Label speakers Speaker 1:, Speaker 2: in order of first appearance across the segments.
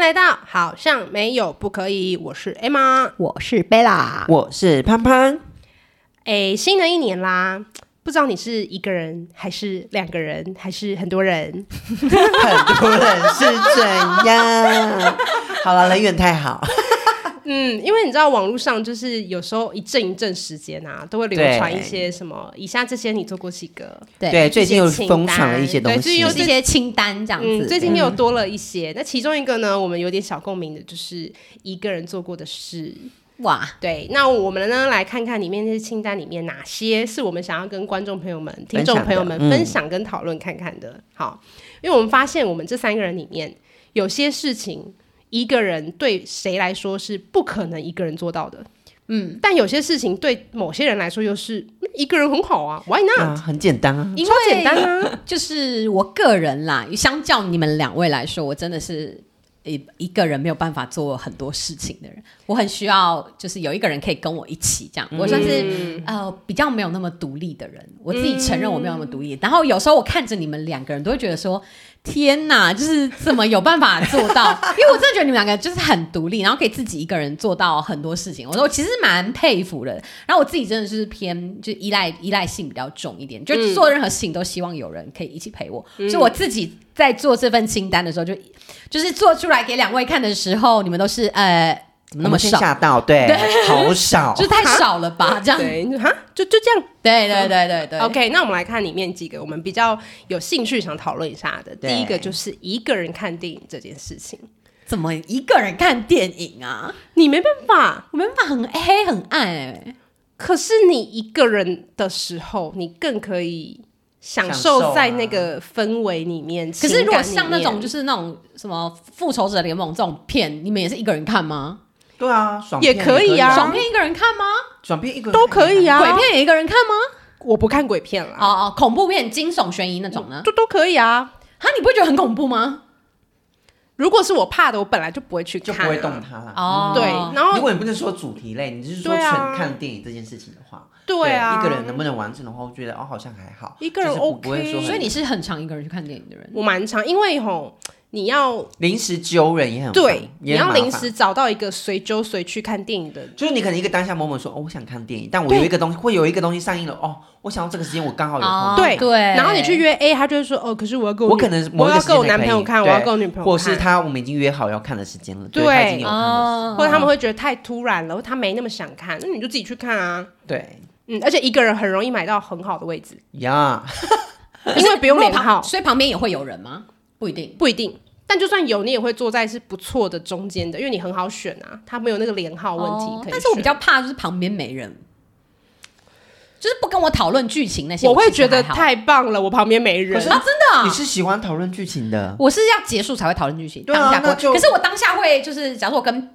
Speaker 1: 来到好像没有不可以，我是 Emma。
Speaker 2: 我是贝拉，
Speaker 3: 我是潘潘，
Speaker 1: 哎，新的一年啦，不知道你是一个人还是两个人，还是很多 人？
Speaker 3: 很多人是怎样？好了，人缘太好，
Speaker 1: 嗯，因为你知道网络上就是有时候一阵一阵时间啊，都会流
Speaker 3: 对
Speaker 1: 传一些什么，以下这些你做过几个？
Speaker 2: 对
Speaker 3: 对，最近又
Speaker 1: 一些清
Speaker 3: 疯传了一些
Speaker 1: 单
Speaker 3: 东
Speaker 1: 对最近
Speaker 3: 西啊
Speaker 1: 又，
Speaker 2: 就是一些清单这样子。
Speaker 1: 嗯，最近又多了一些。那其中一个呢，我们有点小共鸣的，就是一个人做过的事。
Speaker 2: 哇，
Speaker 1: 对，那我们呢来看看里面那些清单里面哪些是我们想要跟观众朋友们、听众朋友们
Speaker 3: 分享的嗯
Speaker 1: 分享跟讨论看看的。好，因为我们发现我们这三个人里面有些事情，一个人对谁来说是不可能一个人做到的，嗯，但有些事情对某些人来说又是嗯一个人很好啊，Why not？、
Speaker 3: 啊，很简单啊，
Speaker 1: 因为简单啊，
Speaker 2: 就是我个人啦，相较你们两位来说，我真的是一一个人没有办法做很多事情的人。我很需要就是有一个人可以跟我一起这样，
Speaker 1: 嗯
Speaker 2: 我算是、呃比较没有那么独立的人。我自己承认我没有那
Speaker 1: 嗯
Speaker 2: 么独立，然后有时候我看着你们两个人，都会觉得说。天呐，就是怎么有办法做到？ 因为我真的觉得你们两个就是很独立，然后可以自己一个人做到很多事情。我说我其实蛮佩服的。然后我自己真的是偏就依赖依赖性比较重一点，就做任何事情都希望有人可以一起陪我。所以我自己在做这份清单的时候就，就是做出来给两位看的时候，你们都是呃怎么那么
Speaker 3: 我们先
Speaker 2: 少？
Speaker 3: 吓到，对，好少
Speaker 2: 就，是太少了吧？这样对
Speaker 1: 对，哈，就就这样。
Speaker 2: 对对对对
Speaker 1: OK，那我们来看里面几个我们比较有兴趣想讨论一下的。
Speaker 3: 对
Speaker 1: 第一个就是一个人看电影这件事情，
Speaker 2: 怎么一个人看电影啊？
Speaker 1: 你没办法。
Speaker 2: 我没办法，很黑很暗哎、
Speaker 1: 可是你一个人的时候，你更可以享受在那个氛围里面。
Speaker 2: 可是如果
Speaker 1: 情感
Speaker 2: 像
Speaker 1: 里
Speaker 2: 那
Speaker 1: 面
Speaker 2: 种就是那种什么复仇者联盟这种片，你们也是一个人看吗？
Speaker 3: 对啊，爽
Speaker 1: 也
Speaker 3: 片
Speaker 1: 可以啊
Speaker 2: 爽片一个人看吗？
Speaker 3: 爽片一个人
Speaker 1: 都可以啊，
Speaker 2: 鬼片也一个人看吗？
Speaker 1: 我不看鬼片啦，
Speaker 2: 哦哦，恐怖片、惊悚、悬疑那种呢？
Speaker 1: 都都可以啊。
Speaker 2: 哈，你不会觉得很恐怖吗？
Speaker 1: 如果是我怕的，我本来就不会去
Speaker 3: 啊就
Speaker 1: 看、啊
Speaker 3: 不会动。它了。
Speaker 2: 哦，
Speaker 1: 对，然
Speaker 3: 如
Speaker 1: 后
Speaker 3: 果你不是说主题类，你是说
Speaker 1: 对
Speaker 3: 纯
Speaker 1: 啊
Speaker 3: 看电影这件事情的话，
Speaker 1: 对啊，
Speaker 3: 一个人能不能完成的话，我觉得哦好像还好，
Speaker 1: 一个人
Speaker 3: 就是不不会
Speaker 1: OK
Speaker 3: 说很
Speaker 2: 所以你是很常一个人去看电影的人。
Speaker 1: 我蛮常，因为吼你要
Speaker 3: 临时揪人也很
Speaker 1: 对
Speaker 3: 烦，
Speaker 1: 你
Speaker 3: 也很
Speaker 1: 要
Speaker 3: 麻
Speaker 1: 临
Speaker 3: 烦
Speaker 1: 时找到一个随揪随去看电影的
Speaker 3: 就是你可能一个当下 moment 说，哦，我想看电影，但我有一个东西，会有一个东西上映了，哦，我想要这个时间我刚好有空，
Speaker 1: 对
Speaker 2: 哦对，
Speaker 1: 然后你去约 A，他就会说哦，可是我要跟
Speaker 3: 我
Speaker 1: 女
Speaker 3: 可能某
Speaker 1: 我
Speaker 3: 一
Speaker 1: 要
Speaker 3: 个时
Speaker 1: 跟
Speaker 3: 间
Speaker 1: 我
Speaker 3: 才
Speaker 1: 男朋友
Speaker 3: 可以
Speaker 1: 看，我要跟我女朋友看，
Speaker 3: 或是他我们已经约好要看的时间了，
Speaker 1: 对
Speaker 3: 他已经有看了，
Speaker 2: 哦，
Speaker 1: 或者他们会觉得太突然了，或他没那么想看，那你就自己去看啊。
Speaker 3: 对
Speaker 1: 嗯，而且一个人很容易买到很好的位置，
Speaker 3: 呀，
Speaker 1: 因为不用
Speaker 2: 如果
Speaker 1: 连
Speaker 2: 旁
Speaker 1: 号，
Speaker 2: 所以旁边也会有人吗？不一定。
Speaker 1: 不一定。但就算有，你也会坐在是不错的中间的，因为你很好选啊，他没有那个连号问题
Speaker 2: 哦
Speaker 1: 可以选、
Speaker 2: 但是我比较怕就是旁边没人，就是不跟我讨论剧情那些，
Speaker 1: 我
Speaker 2: 我
Speaker 1: 会
Speaker 2: 其实
Speaker 1: 觉得
Speaker 2: 还好
Speaker 1: 太棒了，我旁边没人
Speaker 3: 可，是
Speaker 2: 啊，真的啊、
Speaker 3: 你是喜欢讨论剧情的，
Speaker 2: 我是要结束才会讨论剧情，
Speaker 3: 对啊
Speaker 2: 当下不
Speaker 3: 那就
Speaker 2: 会。可是我当下会就是，假如我跟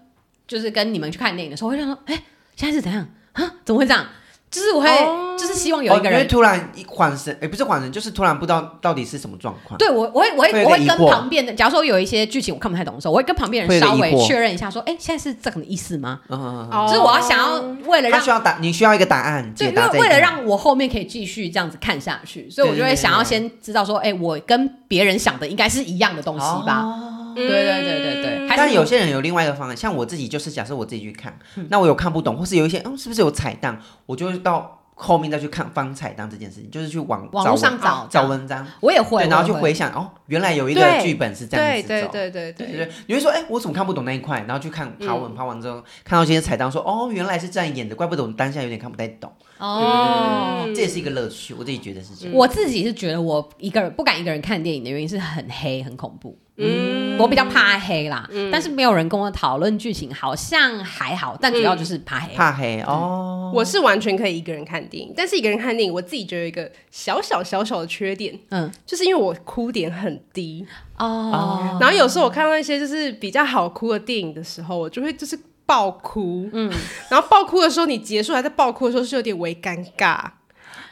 Speaker 2: 就是跟你们去看电影的时候，我会想说，哎、现在是怎样啊？怎么会这样？就是我会、
Speaker 1: 哦
Speaker 2: 就是希望有一
Speaker 3: 哦
Speaker 2: 个
Speaker 3: 你会
Speaker 2: 人。
Speaker 3: 突然一恍神，哎，不是恍神，就是突然不知道到底是什么状况，
Speaker 2: 对我，我会，我
Speaker 3: 会
Speaker 2: 会，
Speaker 3: 有
Speaker 2: 我会跟
Speaker 3: 点疑惑
Speaker 2: 旁边的，假如说有一些剧情我看不太懂的时候，我会跟旁边
Speaker 3: 会
Speaker 2: 人
Speaker 3: 有点
Speaker 2: 稍微
Speaker 3: 疑惑
Speaker 2: 确认一下，说，哎，现在是这个意思吗？
Speaker 3: 嗯嗯，嗯
Speaker 1: 哦
Speaker 2: 就是我要想要为了
Speaker 3: 他
Speaker 2: 让
Speaker 3: 需要答，你需要一个答案，
Speaker 2: 对，因
Speaker 3: 哦解
Speaker 2: 为
Speaker 3: 答这一
Speaker 2: 为了
Speaker 3: 题
Speaker 2: 让我后面可以继续这样子看下去，所以我就
Speaker 3: 对对
Speaker 2: 会
Speaker 3: 对
Speaker 2: 想要先知道说，哎、我跟别人想的应该是一样的东西吧？
Speaker 3: 哦
Speaker 1: 对
Speaker 2: 对对对对对，还
Speaker 3: 但
Speaker 2: 是
Speaker 3: 有些人有另外一个方案，像我自己就是假设我自己去看，那我有看不懂，或是有一些嗯是不是有彩蛋，我就会到后面再去看翻彩蛋这件事情，就是去网
Speaker 2: 网
Speaker 3: 找
Speaker 2: 络
Speaker 3: 文啊
Speaker 2: 上找
Speaker 3: 找文章，
Speaker 2: 我也会，
Speaker 3: 对，然后
Speaker 2: 我也
Speaker 3: 就
Speaker 2: 会
Speaker 3: 回想哦，原来有一个
Speaker 1: 对
Speaker 3: 剧本是这样
Speaker 1: 对
Speaker 3: 子
Speaker 1: 对
Speaker 3: 走。
Speaker 1: 对对
Speaker 3: 对
Speaker 1: 对
Speaker 3: 对对，你会说，哎、我怎么看不懂那一块？然后去看爬文，爬完之后看到这些彩蛋说哦，原来是这样演的，怪不得我当下有点看不太懂。
Speaker 2: 哦。
Speaker 3: 这也是一个乐趣，我自己觉得是
Speaker 1: 嗯
Speaker 3: 这样。
Speaker 2: 我自己是觉得我一个人不敢一个人看电影的原因是很黑很恐怖，
Speaker 1: 嗯
Speaker 2: 我比较怕黑啦。但是没有人跟我讨论剧情，好像还好，但主要就是怕黑。
Speaker 3: 怕黑哦，
Speaker 1: 我是完全可以一个人看电影，但是一个人看电影，我自己觉得有一个小小小小的缺点，
Speaker 2: 嗯
Speaker 1: 就是因为我哭点很低，
Speaker 2: 哦，
Speaker 1: 然后有时候我看到一些就是比较好哭的电影的时候，我就会就是爆哭，嗯， 然后爆哭的时候，你结束还在爆哭的时候是有点微尴尬，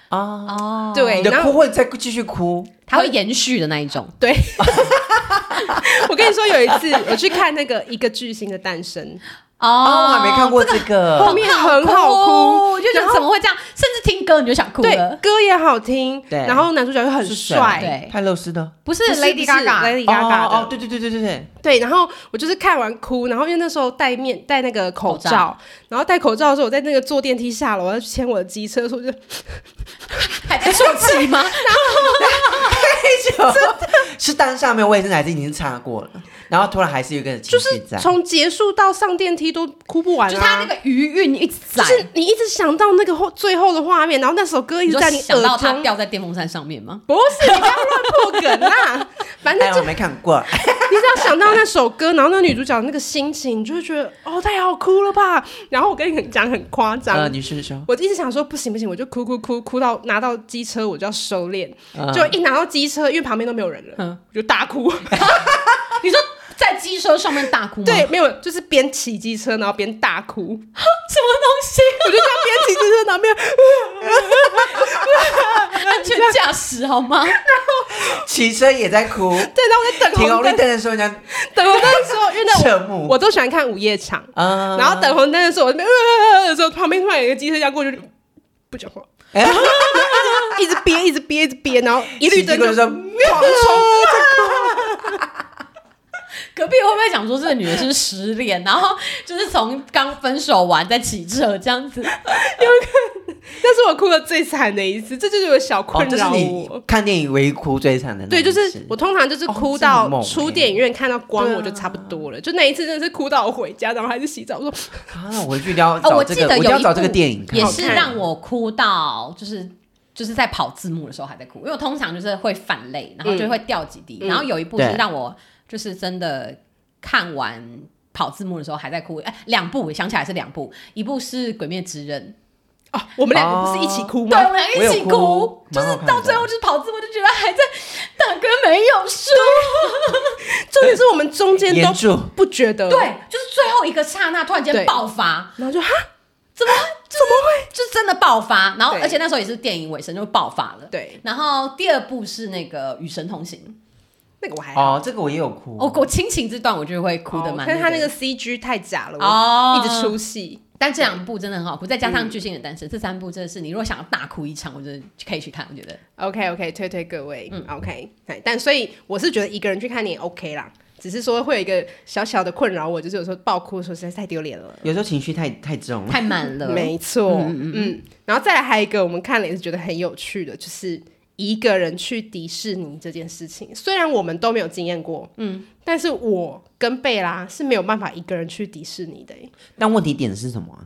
Speaker 2: 哦，
Speaker 1: 对
Speaker 3: 你，的
Speaker 1: 然
Speaker 3: 哭
Speaker 1: 后
Speaker 3: 会再继续哭，
Speaker 2: 它会延续的那一种。
Speaker 1: 对，我跟你说有一次我去看那个一个巨星的诞生，
Speaker 3: 哦，我还没看过这
Speaker 1: 后
Speaker 3: 个，
Speaker 1: 面很好哭，
Speaker 2: 我就觉
Speaker 1: 然
Speaker 2: 得
Speaker 1: 后
Speaker 2: 怎么会这样，甚至听歌你就想哭
Speaker 1: 对
Speaker 2: 了。
Speaker 1: 歌也好听，
Speaker 3: 对
Speaker 1: 然后男主角又很
Speaker 3: 是谁
Speaker 1: 帅，
Speaker 2: 对
Speaker 3: 泰勒斯的
Speaker 2: 不是
Speaker 1: 不是
Speaker 2: Lady
Speaker 1: 不是
Speaker 2: Gaga，
Speaker 1: Lady Gaga 的
Speaker 3: 哦哦，对对对对对对，
Speaker 1: 对，然后我就是看完哭，然后因为那时候戴面戴那个口
Speaker 2: 口
Speaker 1: 罩，
Speaker 2: 罩
Speaker 1: 然后戴口罩的时候，我在那个坐电梯下楼，我要去牵我的机车的时候，我就
Speaker 2: 还在说自 己吗？
Speaker 3: 是当下没有卫生，还是已经擦过了？然后突然还是有一个情绪在，
Speaker 1: 从结束到上电梯都哭不完、啊，
Speaker 2: 就是他那个余韵一直
Speaker 1: 就
Speaker 2: 在，
Speaker 1: 是你一直想到那个后最后的画面，然后那首歌一直
Speaker 2: 你说
Speaker 1: 在你
Speaker 2: 想到
Speaker 1: 耳
Speaker 2: 他
Speaker 1: 中。
Speaker 2: 掉在电风扇上面吗？
Speaker 1: 不是，你不要乱破梗 啦！反正
Speaker 3: 哎，
Speaker 1: 就
Speaker 3: 我没看 过，
Speaker 1: 你只要想到那首歌，然后那女主角那个心情，你就会觉得哦，太好哭了吧。然后我跟你讲很夸张，
Speaker 3: 呃，你是说，
Speaker 1: 我一直想说不行不行，我就哭哭哭哭到拿到机车我就要收敛，
Speaker 3: 嗯
Speaker 1: 就一拿到机车，因为旁边都没有人了，
Speaker 2: 呃嗯
Speaker 1: 我就大哭。
Speaker 2: 你说在机车上面大哭吗？
Speaker 1: 对，，没有，就是边骑机车然后边大哭， 我
Speaker 2: 什么东西？
Speaker 1: 就这样边骑机车然后边，
Speaker 2: 安全驾驶好吗？
Speaker 3: 骑车也在 哭，
Speaker 1: 对，然后我在等
Speaker 3: 停
Speaker 1: 红
Speaker 3: 红绿
Speaker 1: 灯，
Speaker 3: 灯的时候人家
Speaker 1: 等红灯的时候，因为那
Speaker 3: 侧
Speaker 1: 我
Speaker 3: 目，
Speaker 1: 我都喜欢看午夜场，
Speaker 3: 啊
Speaker 1: 然后等红灯的时候，我在那边呃的时候，旁边突然有一个机车这样过去，就不讲话，
Speaker 3: 哎
Speaker 1: 一直憋，一直憋，一直憋，然后一绿
Speaker 3: 骑
Speaker 1: 灯
Speaker 3: 过
Speaker 1: 就
Speaker 3: 的时候
Speaker 1: 狂
Speaker 3: 啊
Speaker 1: 冲。
Speaker 2: 隔壁会不会想说这个女的是不是失恋，然后就是从刚分手完再骑车这样子？
Speaker 3: 嗯
Speaker 1: 那是我哭的最惨的一次，这就是我小
Speaker 3: 哦
Speaker 1: 困，
Speaker 3: 这是
Speaker 1: 扰
Speaker 3: 你
Speaker 1: 我。
Speaker 3: 看电影唯哭最惨的那
Speaker 1: 对，
Speaker 3: 一
Speaker 1: 就
Speaker 3: 次，
Speaker 1: 是我通常就是
Speaker 3: 哦
Speaker 1: 哭
Speaker 3: 这很
Speaker 1: 到
Speaker 3: 猛
Speaker 1: 出
Speaker 3: 欸
Speaker 1: 电影院看到光
Speaker 3: 对啊
Speaker 1: 我就差不多了，就那一次真的是哭到我回家，然后还是洗澡，我说
Speaker 3: 啊，我回去一定要
Speaker 2: 哦，
Speaker 3: 找这
Speaker 2: 记
Speaker 3: 个，
Speaker 2: 得
Speaker 3: 我一定
Speaker 2: 有
Speaker 3: 要
Speaker 2: 一
Speaker 3: 找这个
Speaker 2: 部
Speaker 3: 电影看
Speaker 2: 也
Speaker 1: 好
Speaker 2: 是
Speaker 1: 看
Speaker 2: 让我哭到，就是就是在跑字幕的时候还在哭，因为我通常就是会泛泪，然后就会掉几滴。
Speaker 1: 嗯
Speaker 2: 然后有一部是
Speaker 3: 对
Speaker 2: 让我就是真的看完跑字幕的时候还在哭，哎，两部我想起来是两部，一部是《鬼灭之刃
Speaker 1: 哦，我们两个不是一起哭》，吗？
Speaker 2: 对，我们俩一起
Speaker 3: 我有哭
Speaker 2: 就
Speaker 3: 蛮好
Speaker 2: 是
Speaker 3: 看的
Speaker 2: 到最后就是跑字幕就觉得还在大哥没有输，
Speaker 1: 重点是我们中间
Speaker 3: 严
Speaker 1: 都
Speaker 3: 住
Speaker 1: 不觉得，
Speaker 2: 对，，就是最后一个刹那突
Speaker 1: 嗯
Speaker 2: 然
Speaker 1: 对
Speaker 2: 间爆发，
Speaker 1: 然后就哈，
Speaker 2: 怎么怎么会？就真的爆发，然后
Speaker 1: 对
Speaker 2: 而且那时候也是电影尾声就爆发了。
Speaker 1: 对，
Speaker 2: 然后第二部是那个《与神同行
Speaker 1: 那个我还好，
Speaker 3: 哦，这个我也有哭，》，
Speaker 2: 我我亲情这段我就会哭的蛮。
Speaker 1: 但是他那个，CG 太假了，
Speaker 2: 哦
Speaker 1: 我一直出戏。
Speaker 2: 但这两部真的很好哭，再加上《巨星的诞生》，这三部真的是你如果想要大哭一场，我真的可以去看。我觉得
Speaker 1: OK OK，推推各位，嗯，OK，哎但所以我是觉得一个人去看你也 OK 啦，只是说会有一个小小的困扰我，就是有时候爆哭的时候实在是太丢脸了。
Speaker 3: 有时候情绪太太重啊了，
Speaker 2: 太满了。
Speaker 1: 没错，嗯然后再来还有一个我们看了也是觉得很有趣的，就是一个人去迪士尼这件事情。虽然我们都没有经验过，嗯，但是我跟贝拉是没有办法一个人去迪士尼的、欸。
Speaker 3: 但问题点是什么啊？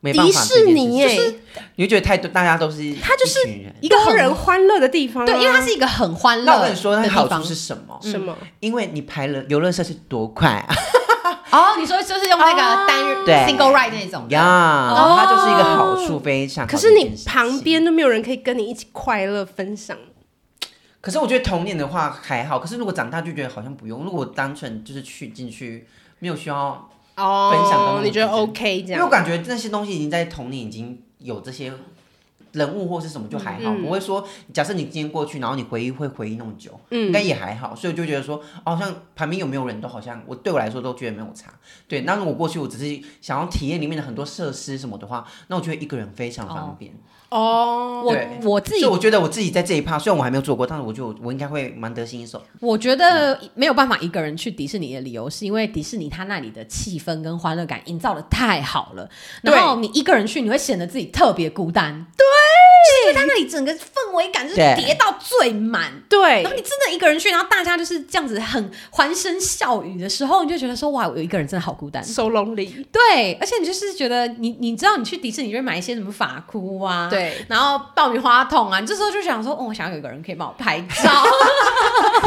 Speaker 3: 没办
Speaker 1: 迪
Speaker 3: 法这
Speaker 1: 士
Speaker 3: 件
Speaker 1: 尼
Speaker 3: 事
Speaker 1: 耶、
Speaker 3: 情你会觉得太多，大家都是他就是人。
Speaker 1: 一个多人欢乐的地方啊、
Speaker 2: 对，因为它是一个很欢乐
Speaker 3: 那我
Speaker 2: 的
Speaker 3: 跟你
Speaker 2: 地
Speaker 3: 说，
Speaker 2: 方。
Speaker 3: 它好处是什么？
Speaker 1: 嗯什么？
Speaker 3: 因为你排了游乐设施多快啊！
Speaker 2: 哦，你说就是用那个单日
Speaker 3: 对
Speaker 2: single ride 那种的。
Speaker 3: 呀，
Speaker 2: 哦
Speaker 3: 它就是一个好处非常
Speaker 1: 哦
Speaker 3: 好
Speaker 1: 可
Speaker 3: 的一件事情。
Speaker 1: 是你旁边都没有人可以跟你一起快乐分享。
Speaker 3: 可是我觉得童年的话还好，可是如果长大就觉得好像不用。如果我单纯就是去进去，没有需要，
Speaker 1: 哦
Speaker 3: 分享跟我
Speaker 1: 你觉得
Speaker 3: 之间
Speaker 1: OK 这
Speaker 3: 因为我
Speaker 1: 样？
Speaker 3: 感觉那些东西已经在童年已经有这些人物或是什么就还好，
Speaker 1: 嗯
Speaker 3: 不会说假设你今天过去，然后你回忆会回忆那么久，
Speaker 1: 嗯
Speaker 3: 应该也还好。所以我就觉得说，哦好像旁边有没有人都好像我对我来说都觉得没有差。对，那如果过去我只是想要体验里面的很多设施什么的话，那我觉得一个人非常方
Speaker 1: 嗯
Speaker 3: 便。
Speaker 1: 哦，
Speaker 2: 我
Speaker 3: 对
Speaker 2: 我自己
Speaker 3: 所以我觉得我自己在这一趴，虽然我还没有做过，但是我就我应该会蛮得心应手。
Speaker 2: 我觉得没有办法一个人去迪士尼的理由，是因为迪士尼它那里的气氛跟欢乐感营造的太好了，
Speaker 1: 对
Speaker 2: 然后你一个人去，你会显得自己特别孤单。对，就是因为它那里整个氛围感就是
Speaker 3: 对
Speaker 2: 叠到最满。
Speaker 1: 对
Speaker 2: 然后，你真的一个人去，然后大家就是这样子很欢声笑语的时候，你就觉得说哇，我有一个人真的好孤单。
Speaker 1: 收笼里，
Speaker 2: 对，而且你就是觉得你你知道你去迪士尼就会买一些什么发箍啊，，
Speaker 1: 对，
Speaker 2: 然后爆米花筒啊，你这时候就想说，哦，我想要有一个人可以帮我拍照。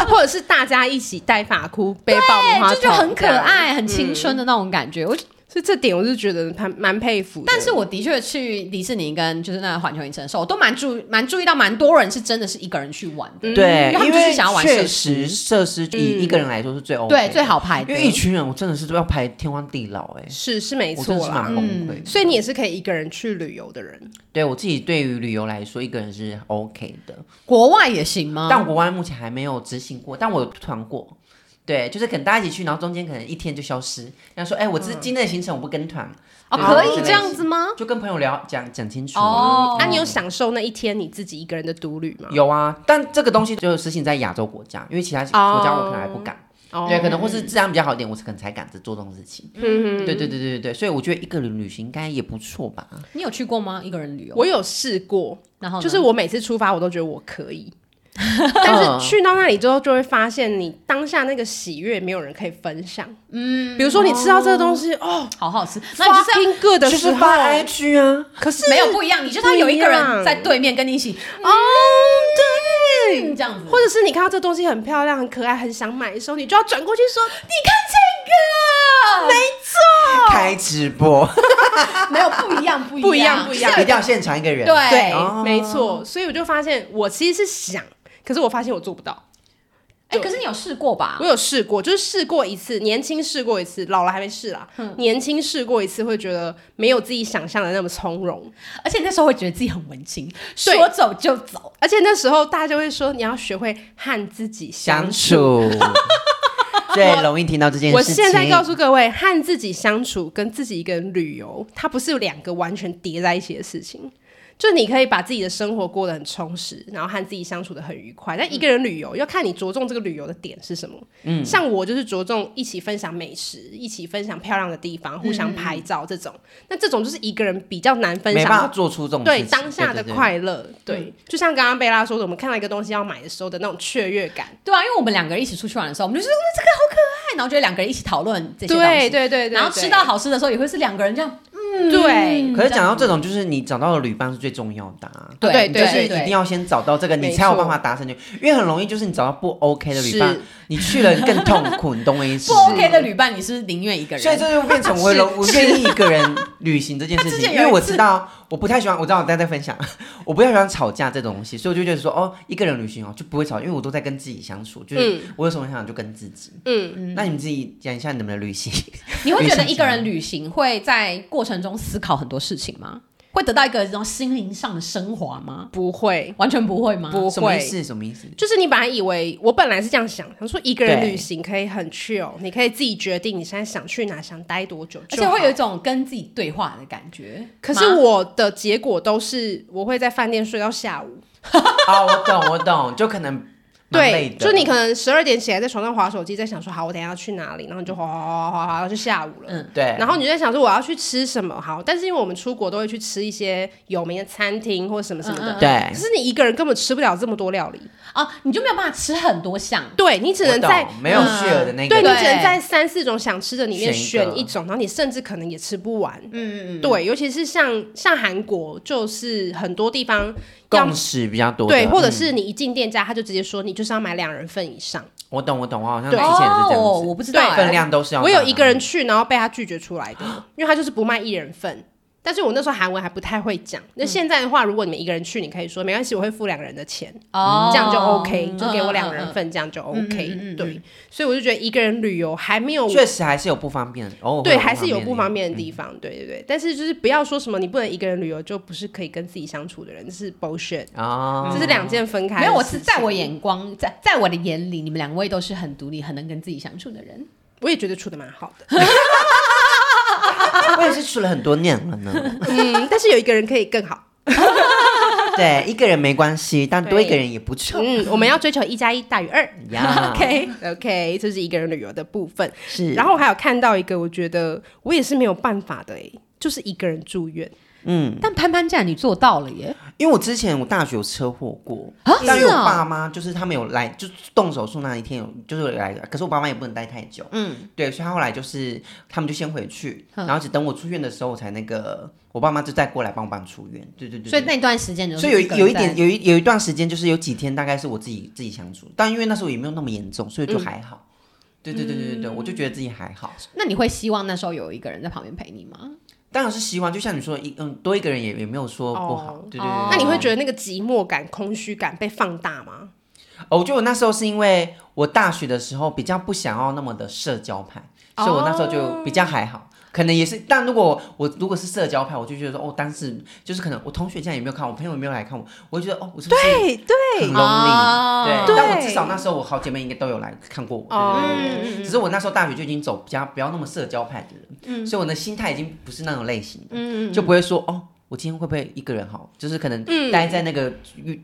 Speaker 1: 或者是大家一起戴发箍、背爆米花筒，
Speaker 2: 对，就就很可
Speaker 1: 这样。嗯
Speaker 2: 爱、很青春的那种感觉。我就，
Speaker 1: 所以这点我是觉得蛮蛮佩服的。
Speaker 2: 但是我的确去迪士尼跟就是那个环球影城的时候，我都蛮注蛮注意到，蛮多人是真的是一个人去玩
Speaker 1: 嗯
Speaker 2: 的，
Speaker 3: 对，
Speaker 2: 因为他们
Speaker 3: 因
Speaker 2: 就是
Speaker 3: 为
Speaker 2: 想要玩
Speaker 3: 确
Speaker 2: 设
Speaker 3: 实设施以一个人来说是最 OK，
Speaker 2: 对，
Speaker 3: 的
Speaker 2: 最好拍
Speaker 3: 因
Speaker 2: 的。
Speaker 3: 为一群人我真的是都要排天荒地老哎、
Speaker 1: 是是没
Speaker 3: 我真的
Speaker 1: 错
Speaker 3: 是
Speaker 1: 啦嗯
Speaker 3: 蛮，崩溃。
Speaker 1: 所以你也是可以一个人去旅游的人。
Speaker 3: 对我自己对于旅游来说，一个人是 OK 的，
Speaker 2: 国外也行吗？
Speaker 3: 但国外目前还没有执行过，但我有团过。对，就是可能大家一起去，然后中间可能一天就消失，然后说，哎、我
Speaker 1: 嗯
Speaker 3: 这今天的行程我不跟团，
Speaker 2: 哦，
Speaker 3: 对
Speaker 2: 可
Speaker 3: 之
Speaker 2: 以
Speaker 3: 类
Speaker 2: 这样子吗？
Speaker 3: 就跟朋友聊讲讲清楚。嗯
Speaker 2: 哦
Speaker 1: 那、啊你有享受那一天你自己一个人的独旅吗？
Speaker 3: 有啊，但这个东西就实行在亚洲国家，因为其他国家我可能还不敢。
Speaker 1: 哦
Speaker 3: 对，可能或是治安比较好一点，我可能才敢做这种事情。
Speaker 1: 嗯
Speaker 3: 对对对对对对，所以我觉得一个人旅行应该也不错吧。
Speaker 2: 你有去过吗？一个人旅游？
Speaker 1: 我有试过，
Speaker 2: 然后呢
Speaker 1: 就是我每次出发我都觉得我可 以，但是去到那里之后就会发现你当下那个喜悦没有人可以分享。嗯，比如说你吃到这个东西哦，
Speaker 2: 好好吃，那你就是要。
Speaker 1: fucking good 的
Speaker 3: 就
Speaker 1: 时
Speaker 3: 是
Speaker 1: 候，
Speaker 3: 发 IG 啊，
Speaker 1: 可是
Speaker 2: 没有不一样，你就是要有一个人在对面跟你一起
Speaker 1: 哦，对。
Speaker 2: 嗯这样子，
Speaker 1: 或者是你看到这东西很漂亮、很可爱、很想买的时候，你就要转过去说：“你看这个，没错。”
Speaker 3: 开直播，
Speaker 2: 没有不一样，不
Speaker 1: 不一
Speaker 2: 一
Speaker 1: 样不一样
Speaker 3: 一定要现场一个人。
Speaker 2: 对
Speaker 1: 对，
Speaker 3: 哦
Speaker 1: 没错。所以我就发现，我其实是想，可是我发现我做不到。
Speaker 2: 哎，可是你有试过吧
Speaker 1: 我？有试过，就是试过一次，年轻试过一次，老了还没试啦。年轻试过一次，会觉得没有自己想象的那么从容。
Speaker 2: 而且那时候会觉得自己很文青，
Speaker 1: 对
Speaker 2: 说走就走。
Speaker 1: 而且那时候大家就会说，你要学会和自己相
Speaker 3: 相
Speaker 1: 处。
Speaker 3: 处，最容易听到这件
Speaker 1: 我
Speaker 3: 事情。
Speaker 1: 现在告诉各位，和自己相处跟自己一个人旅游，它不是有两个完全叠在一起的事情。就你可以把自己的生活过得很充实，然后和自己相处的很愉快。但一个人旅游要看你着重这个旅游的点是什么。嗯，像我就是着重一起分享美食，一起分享漂亮的地方，互相拍照这种。那这种就是一个人比较难分
Speaker 3: 没办法
Speaker 1: 享。
Speaker 3: 做出这种
Speaker 1: 对
Speaker 3: 事情
Speaker 1: 当下的
Speaker 3: 对嗯对对
Speaker 1: 快乐，对，就像刚刚贝拉说的，我们看到一个东西要买的时候的那种雀跃感，
Speaker 2: 对啊，因为我们两个人一起出去玩的时候，我们就说哇这个好可爱，然后就两个人一起讨论这些东
Speaker 1: 对
Speaker 2: 西。
Speaker 1: 对对对，
Speaker 2: 然后吃到好吃的时候，也会是两个人这样。
Speaker 1: 对
Speaker 2: 嗯
Speaker 1: 对
Speaker 3: 可是讲到这种，就是你找到的旅伴是最重要的、啊。
Speaker 1: 对对
Speaker 2: 对
Speaker 3: 你就是
Speaker 2: 对
Speaker 3: 一定
Speaker 2: 对，
Speaker 3: 要先找到这个，
Speaker 1: 没
Speaker 3: 你
Speaker 1: 错
Speaker 3: 才有办法达成就，因为很容易就是你找到不 OK 的旅伴
Speaker 1: 是，
Speaker 3: 你去了更痛苦，你懂我意思？
Speaker 2: 不 OK 的旅伴，你是宁愿一个人。
Speaker 3: 所以这就变成 我容我愿意一个人旅行这件事
Speaker 2: 他之
Speaker 3: 情，
Speaker 2: 前
Speaker 3: 因
Speaker 2: 有一次
Speaker 3: 为我知道我不太喜欢，我知道我大家在分享， 我不太喜欢吵架这种东西，所以我就觉得说，哦，一个人旅行哦就不会吵，因为我都在跟自己相处，就是我有什么想法就跟自己。
Speaker 1: 嗯，
Speaker 3: 那你们自己讲一下你们的旅行，
Speaker 2: 你会觉得一个人旅行会在过程中思考很多事情吗？会得到一个这种心灵上的升华吗？
Speaker 1: 不会，
Speaker 2: 完全不会吗？
Speaker 1: 不
Speaker 3: 什么意
Speaker 1: 会。
Speaker 3: 思？什么意思？
Speaker 1: 就是你本来以为，我本来是这样想，想说一个人
Speaker 3: 对
Speaker 1: 旅行可以很 chill，你可以自己决定你现在想去哪，想待多久，
Speaker 2: 而且会有一
Speaker 1: 有。
Speaker 2: 种跟自己对话的感觉。
Speaker 1: 可是
Speaker 2: 吗
Speaker 1: 我的结果都是我会在饭店睡到下午，
Speaker 3: 哦，我懂，我懂，就可能蛮累
Speaker 1: 对，
Speaker 3: 的
Speaker 1: 就你可能十二点起来在床上划手机，在想说好我等一下要去哪里，然后你就划划划划划划到就下午了。
Speaker 2: 嗯
Speaker 3: 对，
Speaker 1: 然后你就在想说我要去吃什么好，但是因为我们出国都会去吃一些有名的餐厅或什么什么的，
Speaker 2: 嗯嗯
Speaker 3: 对
Speaker 1: 可是你一个人根本吃不了这么多料理，
Speaker 2: 啊，你就没有办法吃很多项。
Speaker 1: 对你只
Speaker 3: 我
Speaker 1: 能在
Speaker 3: 懂，没有
Speaker 2: 嗯
Speaker 3: share 的那个
Speaker 1: 对你
Speaker 2: 对
Speaker 1: 只能在三四种想吃的里面
Speaker 3: 选一
Speaker 1: 选
Speaker 3: 个
Speaker 1: 一种，然后你甚至可能也吃不完。嗯嗯，对，尤其是像像韩国，就是很多地方要
Speaker 3: 共识比较多的，
Speaker 1: 对，或者
Speaker 3: 嗯
Speaker 1: 是你一进店家，他就直接说你就是要买两人份以上。
Speaker 3: 我懂，我懂，我好像之
Speaker 1: 对
Speaker 3: 前也是
Speaker 2: 哦，
Speaker 3: 这样子，
Speaker 2: 我不知道哎、
Speaker 3: 分量都是要
Speaker 1: 我
Speaker 3: 大
Speaker 1: 有
Speaker 3: 的
Speaker 1: 一个人去，然后被他拒绝出来的，因为他就是不卖一人份。但是我那时候韩文还不太会讲。那
Speaker 2: 嗯
Speaker 1: 现在的话，如果你们一个人去，你可以说没关系，我会付两个人的钱，
Speaker 2: 哦，
Speaker 1: 这样就 OK，就给我两
Speaker 2: 嗯
Speaker 1: 人。
Speaker 2: 嗯嗯嗯
Speaker 1: 份，这样就 OK。对，所以我就觉得一个人旅游还没有我
Speaker 3: 确实还是有不方便，偶尔会
Speaker 1: 对，还是有不方
Speaker 3: 的地嗯
Speaker 1: 便的地方，对对对。但是就是不要说什么你不能一个人旅游就不是可以跟自己相处的人，这是 bullshit，、
Speaker 3: 方啊。
Speaker 1: 这是两件分开。
Speaker 2: 没有，我是在我，眼光，在在我的眼里，你们两位都是很独立、很能跟自己相处的人。
Speaker 1: 我也觉得处的蛮好的。
Speaker 3: 我也是吃了很多年了呢。
Speaker 1: 嗯，但是有一个人可以更好。
Speaker 3: 对，一个人没关系，但多一个人也不错
Speaker 1: 嗯，我们要追求一加一大于二。
Speaker 3: 呀。
Speaker 2: OK，
Speaker 1: OK，这是 一个人旅游的部分。
Speaker 3: 啊是，
Speaker 1: 然后我还有看到一个，我觉得我也是没有办法的、欸，就是一个人住院。
Speaker 3: 嗯，
Speaker 2: 但潘潘站你做到了耶！
Speaker 3: 因为我之前我大学有车祸过，
Speaker 2: 啊
Speaker 3: 但
Speaker 2: 是
Speaker 3: 是
Speaker 2: 哦
Speaker 3: 我爸妈就是他们有来，就是动手术那一天有就是有来，可是我爸妈也不能待太久，嗯，对，所以他后来就是他们就先回去，
Speaker 2: 嗯
Speaker 3: 然后只等我出院的时候我才那个，我爸妈就再过来帮我办出院，对对对对，
Speaker 2: 所以那段时间就是
Speaker 3: 所以有
Speaker 2: 一个
Speaker 3: 一
Speaker 2: 人
Speaker 3: 有一点
Speaker 2: 在
Speaker 3: 有一有一段时间，就是有几天大概是我自己自己相处，但因为那时候也没有那么严重，所以
Speaker 2: 嗯
Speaker 3: 就还好。对对对对对对，我就觉得自己还好。
Speaker 2: 那你会希望那时候有一个人在旁边陪你吗？
Speaker 3: 当然是希望，就像你说的，一嗯多一个人也也没有说不好。
Speaker 1: 哦
Speaker 3: 对对对
Speaker 2: 哦
Speaker 1: 那你会觉
Speaker 3: 得？
Speaker 1: 得那个寂寞感、空虚感被放大吗？
Speaker 3: 哦，我觉得我那时候是因为
Speaker 1: 哦
Speaker 3: 我大学的时候比较不想要那么的社交派，所以我那时候就比较还好。可能也是。但如果我如果是社交派，我就觉得说，哦，当时就是可能我同学这样也没有看我，我朋友也没有来看我，我就觉得哦，我是不是
Speaker 1: 对对
Speaker 3: 很 lonely？、
Speaker 2: 哦
Speaker 3: 对，但我
Speaker 1: 对
Speaker 3: 至少那时候我好姐妹应该都有来看过我。
Speaker 1: 哦
Speaker 3: 对对对
Speaker 2: 嗯
Speaker 3: 对只是我那时候大学就已经走比较不要那么社交派的人，
Speaker 2: 嗯
Speaker 3: 所以我的心态已经不是那种类型的，就不会说哦，我今天会不会一个人好，就是可能
Speaker 2: 嗯
Speaker 3: 待在那个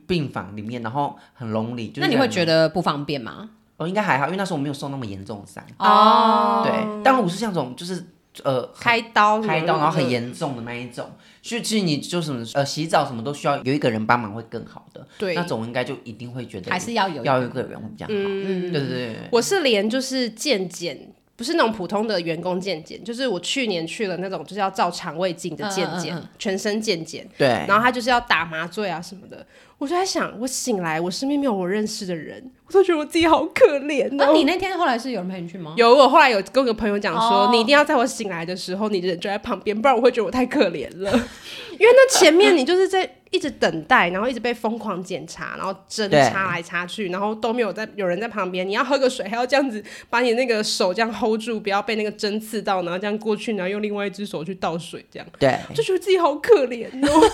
Speaker 3: 病房里面，然后很 lonely，就是
Speaker 2: 那你会
Speaker 3: 得
Speaker 2: 觉得不方便吗？
Speaker 3: 哦，应该还好，因为那时候我没有受那么严重的伤，
Speaker 1: 哦
Speaker 3: 对，但我是像这种就是呃
Speaker 1: 开刀
Speaker 3: 开刀，然后很
Speaker 1: 严。
Speaker 3: 严重的那一种，所以其实你就什么呃洗澡什么都需要有一个人帮忙会更好的，
Speaker 1: 对
Speaker 3: 那种应该就一定会觉得
Speaker 2: 还是要有一
Speaker 3: 要
Speaker 2: 个
Speaker 3: 有一个人会比较好，嗯，对对对对，
Speaker 1: 我是连就是健检，不是那种普通的员工健检，就是我去年去了那种就是要照肠胃镜的健检，
Speaker 2: 嗯嗯嗯
Speaker 1: 全身健检，
Speaker 3: 对
Speaker 1: 然后他就是要打麻醉啊什么的。我就在想，我醒来，我身边没有我认识的人，我都觉得我自己好可怜
Speaker 2: 那
Speaker 1: 哦。
Speaker 2: 啊你那天后来是有人陪你去吗？
Speaker 1: 有我后来有跟我个朋友讲说，
Speaker 2: 哦
Speaker 1: 你一定要在我醒来的时候，你人就在旁边，不然我会觉得我太可怜了。因为那前面你就是在一直等待，然后一直被疯狂检查，然后针
Speaker 3: 对
Speaker 1: 插来插去，然后都没有在有人在旁边。你要喝个水，还要这样子把你那个手这样 hold 住，不要被那个针刺到，然后这样过去，然后用另外一只手去倒水，这样
Speaker 3: 对，
Speaker 1: 就觉得自己好可怜哦。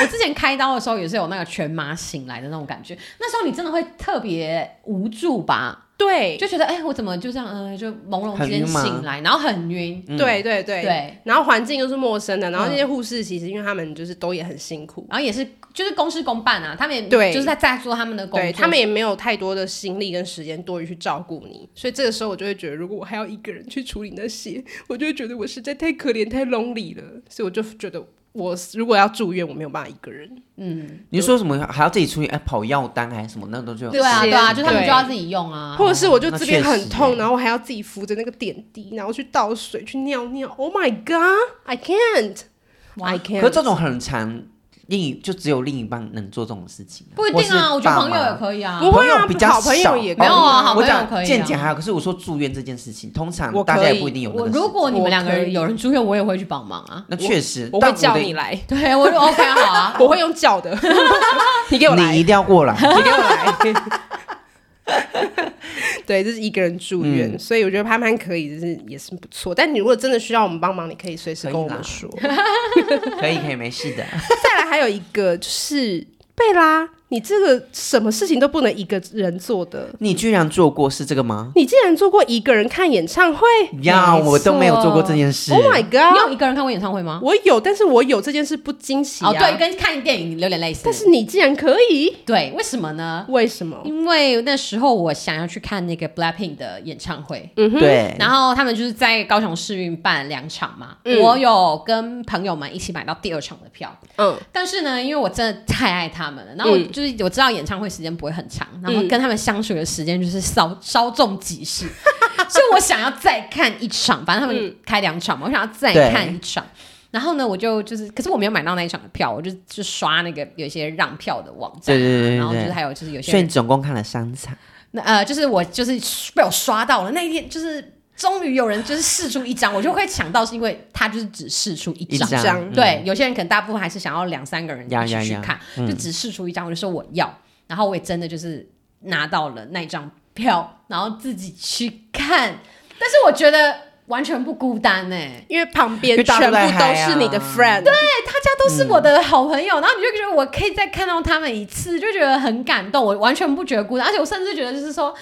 Speaker 2: 我之前开刀的时候也是有那个全麻醒来的那种感觉，那时候你真的会特别无助吧？
Speaker 1: 对，
Speaker 2: 就觉得哎、我怎么就这样，呃，就朦胧之间
Speaker 3: 很晕吗
Speaker 2: 醒来，然后很晕，
Speaker 3: 嗯
Speaker 1: 对对对
Speaker 2: 对
Speaker 1: 然后环境又是陌生的，然后那些护士其实因为他们就是都也很辛苦，
Speaker 2: 然后也是就是公事公办啊，他们也
Speaker 1: 对
Speaker 2: 就是在在做他们的工作，
Speaker 1: 对他们也没有太多的心力跟时间多余去照顾你，所以这个时候我就会觉得，如果我还要一个人去处理那些，我就会觉得我实在太可怜、太 lonely 了，所以我就觉得我如果要住院，我没有办法一个人。
Speaker 3: 你是说什么还要自己出去哎跑药单还是什么，那都就
Speaker 2: 对啊
Speaker 1: 是
Speaker 2: 对啊，就他们
Speaker 1: 对
Speaker 2: 就要自己用啊，
Speaker 1: 或者是我就
Speaker 3: 哦那
Speaker 1: 这边
Speaker 3: 确实
Speaker 1: 很痛，
Speaker 3: 欸
Speaker 1: 然后我还要自己扶着那个点滴，然后去倒水、去尿尿。Oh my god, I can't,
Speaker 2: 哇
Speaker 1: I
Speaker 2: 啊
Speaker 3: 可是
Speaker 1: can't。
Speaker 3: 这种很常，另一就只有另一半能做这种事情啊、
Speaker 2: 不一定啊，
Speaker 3: 或
Speaker 2: 我
Speaker 3: 是
Speaker 2: 觉
Speaker 3: 爸
Speaker 2: 得
Speaker 3: 妈
Speaker 2: 朋友也可以啊，
Speaker 1: 不会啊
Speaker 3: 朋友比较少
Speaker 1: 好朋友也可
Speaker 2: 以啊没有啊好朋
Speaker 3: 我
Speaker 2: 友
Speaker 3: 讲
Speaker 2: 可以啊
Speaker 3: 见解还有，可是我说住院这件事情，通常
Speaker 1: 我可以
Speaker 3: 大家也不一定有那
Speaker 2: 我
Speaker 3: 个时间。
Speaker 2: 如果你们两个
Speaker 1: 我可
Speaker 2: 人
Speaker 1: 以
Speaker 2: 有人住院，我也会去帮忙啊。
Speaker 3: 那确实，
Speaker 1: 我
Speaker 3: 但
Speaker 1: 会叫
Speaker 3: 的
Speaker 1: 你，来，
Speaker 2: 对，我就 OK 啊好啊，
Speaker 1: 我会用叫的。 你给我来，
Speaker 3: 你一定 要过来。
Speaker 1: 你给我来。 对，这是一个人住院，
Speaker 3: 嗯
Speaker 1: 所以我觉得潘潘可以，就是也是不错。但你如果真的需要我们帮忙，你可以随时
Speaker 3: 可以
Speaker 1: 跟我
Speaker 3: 啦
Speaker 1: 们说。
Speaker 3: 可以可以，没事的。
Speaker 1: 再来还有一个就是贝拉，你这个什么事情都不能一个人做的，
Speaker 3: 你居然做过是这个吗？
Speaker 1: 你竟然做过一个人看演唱会
Speaker 3: 呀，
Speaker 2: 没错
Speaker 3: 我都没有做过这件事。
Speaker 1: ？Oh my
Speaker 2: 你
Speaker 1: god！
Speaker 2: 有一个人看过演唱会吗？
Speaker 1: 我有，但是我有这件事不惊喜啊。
Speaker 2: 哦，对，，跟看电影有点类似。
Speaker 1: 但是你竟然可以，
Speaker 2: 对，为什么呢？
Speaker 1: 为什么？
Speaker 2: 因为那时候我想要去看那个 Blackpink 的演唱会，
Speaker 1: 嗯
Speaker 3: 对，
Speaker 2: 然后他们就是在高雄市运办两场嘛，我有跟朋友们一起买到第二场的票。
Speaker 1: 嗯，
Speaker 2: 但是呢，因为我真的太爱他们了，然后我
Speaker 3: 嗯
Speaker 2: 就是我知道演唱会时间不会很长，然后跟他们相处的时间就是稍稍纵即逝， 所以我想要再看一场，反正他们开两
Speaker 3: 嗯
Speaker 2: 场嘛，我想要再看一场。然后呢，我就就是，可是我没有买到那一场的票，我就就刷那个有一些让票的网站啊，
Speaker 3: 对对对对
Speaker 2: 然后就是
Speaker 3: 对
Speaker 2: 还有就是有些
Speaker 3: 所以
Speaker 2: 人
Speaker 3: 你总共看了三场。
Speaker 2: 那呃，就是我就是被我刷到了那一天，就是终于有人就是试出一张，我就会想到是因为他就是只试出一张
Speaker 3: 一，张
Speaker 1: 张
Speaker 3: 嗯
Speaker 2: 对，有些人可能大部分还是想要两三个人
Speaker 3: 呀
Speaker 2: 一起
Speaker 3: 呀
Speaker 2: 去
Speaker 3: 呀
Speaker 2: 看，就只试出一张，我就说我要，然后我也真的就是拿到了那张票，然后自己去看，但是我觉得完全不孤单欸呢、
Speaker 1: 因为旁
Speaker 3: 因
Speaker 1: 边
Speaker 3: 为大家
Speaker 1: 全
Speaker 3: 都
Speaker 1: 部
Speaker 3: 在
Speaker 1: 都
Speaker 3: 嗨啊
Speaker 1: 是你的 friend，
Speaker 2: 对，哎大家都是我的好朋友，然后你就觉得我可以再看到他们一次，就觉得很感动，我完全不觉得孤单，而且我甚至觉得就是说。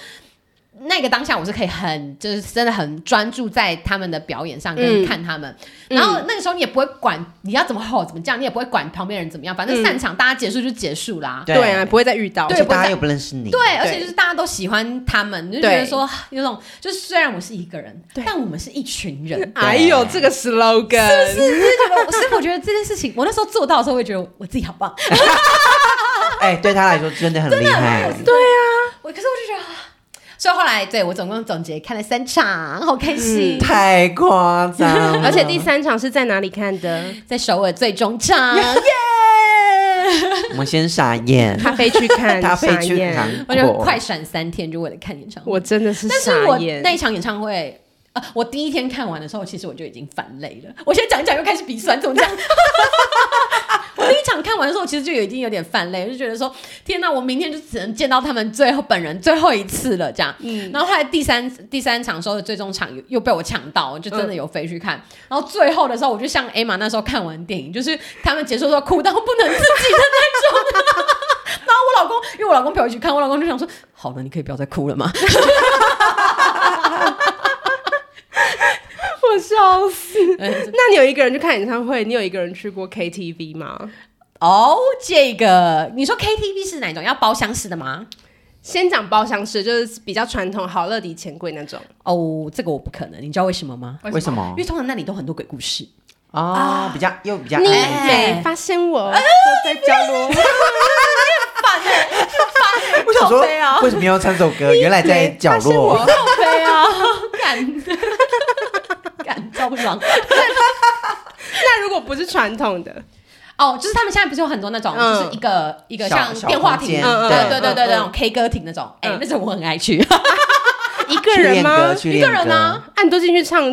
Speaker 2: 那个当下我是可以很就是真的很专注在他们的表演上跟
Speaker 1: 嗯
Speaker 2: 看他们，
Speaker 1: 嗯
Speaker 2: 然后那个时候你也不会管你要怎么吼怎么叫，你也不会管旁边人怎么样，反正散场大家结束就结束啦。
Speaker 1: 对啊，不会再遇到。
Speaker 3: 而
Speaker 2: 对
Speaker 3: 且
Speaker 2: 不会
Speaker 3: 大家
Speaker 2: 再
Speaker 3: 又不认识你。
Speaker 2: 对，而且就是大家都喜欢他们，你就觉得
Speaker 1: 对
Speaker 2: 说有种就是虽然我是一个人，但我们是一群人，
Speaker 1: 哎呦，这个 slogan 是
Speaker 2: 就是觉得，所以我觉得这件事情，我那时候做到的时候，会觉得我自己好棒。
Speaker 3: 哎，对他来说真的很厉害。
Speaker 2: 我可是我就觉得啊，所以后来对我总共总结看了三场，好开心。
Speaker 3: 太夸张了，
Speaker 1: 而且第三场是在哪里看的？
Speaker 2: 在首尔最终场，耶！
Speaker 3: 我们先傻眼，
Speaker 1: 咖啡去看，
Speaker 3: 他飞去
Speaker 1: 傻眼
Speaker 3: 韩
Speaker 2: 我就
Speaker 3: 国，
Speaker 2: 快闪三天，就为了看演唱会。
Speaker 1: 我真的是
Speaker 2: 但是我
Speaker 1: 傻眼。
Speaker 2: 那一场演唱会，呃，我第一天看 完的时候，其实我就已经反累了。我先讲一讲，又开始鼻酸，怎么这样？我第一天一场看完的时候，其实就已经有点泛泪，就觉得说天哪，我明天就只能见到他们最后本人最后一次了，这样。
Speaker 1: 嗯，
Speaker 2: 然后后来第三第三场的时候的最终场又又被我抢到，我就
Speaker 1: 嗯
Speaker 2: 真的有飞去看。然后最后的时候，我就像 Emma 那时候看完电影，就是他们结束的时候哭到不能自己的那种。然 后我老公，因为我老公陪我去看，我老公就想说：“好了，你可以不要再哭了嘛。
Speaker 1: 我笑死。
Speaker 2: 嗯
Speaker 1: 那你有一个人去看演唱会，你有一个人去过 KTV 吗？”
Speaker 2: 哦，这个你说 KTV 是哪一种？要包厢式的吗？
Speaker 1: 先讲包厢式，就是比较传统，好乐迪、钱柜那种。
Speaker 2: 哦，这个我不可能，你知道为什么吗？
Speaker 3: 为什么
Speaker 2: 因为通常那里都很多鬼故事。
Speaker 3: 啊？比较又比较
Speaker 1: 你
Speaker 3: 安静
Speaker 2: 哎
Speaker 1: 没发现我都在角落？
Speaker 2: 烦哎、欸，烦、
Speaker 3: 我想
Speaker 2: 靠
Speaker 3: 说
Speaker 2: 背啊，
Speaker 3: 为什么要唱这首歌？原来在角
Speaker 1: 发现
Speaker 3: 落
Speaker 1: 我。
Speaker 2: 靠背啊， 干干照不爽。
Speaker 1: 那如果不是传统的，
Speaker 2: 哦，就是他们现在不是有很多那种，
Speaker 1: 嗯
Speaker 2: 就是一个一个
Speaker 3: 小
Speaker 2: 像
Speaker 3: 小
Speaker 2: 电话
Speaker 3: 空
Speaker 2: 亭，
Speaker 3: 间
Speaker 1: 嗯嗯
Speaker 2: 对
Speaker 1: 嗯
Speaker 2: 对对对，
Speaker 1: 嗯
Speaker 2: 那种 K 歌亭那种，哎
Speaker 1: 嗯，
Speaker 2: 那种我很爱去，
Speaker 1: 一个
Speaker 3: 去
Speaker 1: 人
Speaker 3: 练
Speaker 1: 吗
Speaker 3: 歌，？去
Speaker 2: 一
Speaker 3: 练
Speaker 2: 个人啊
Speaker 3: 歌。
Speaker 1: 啊，你都进去唱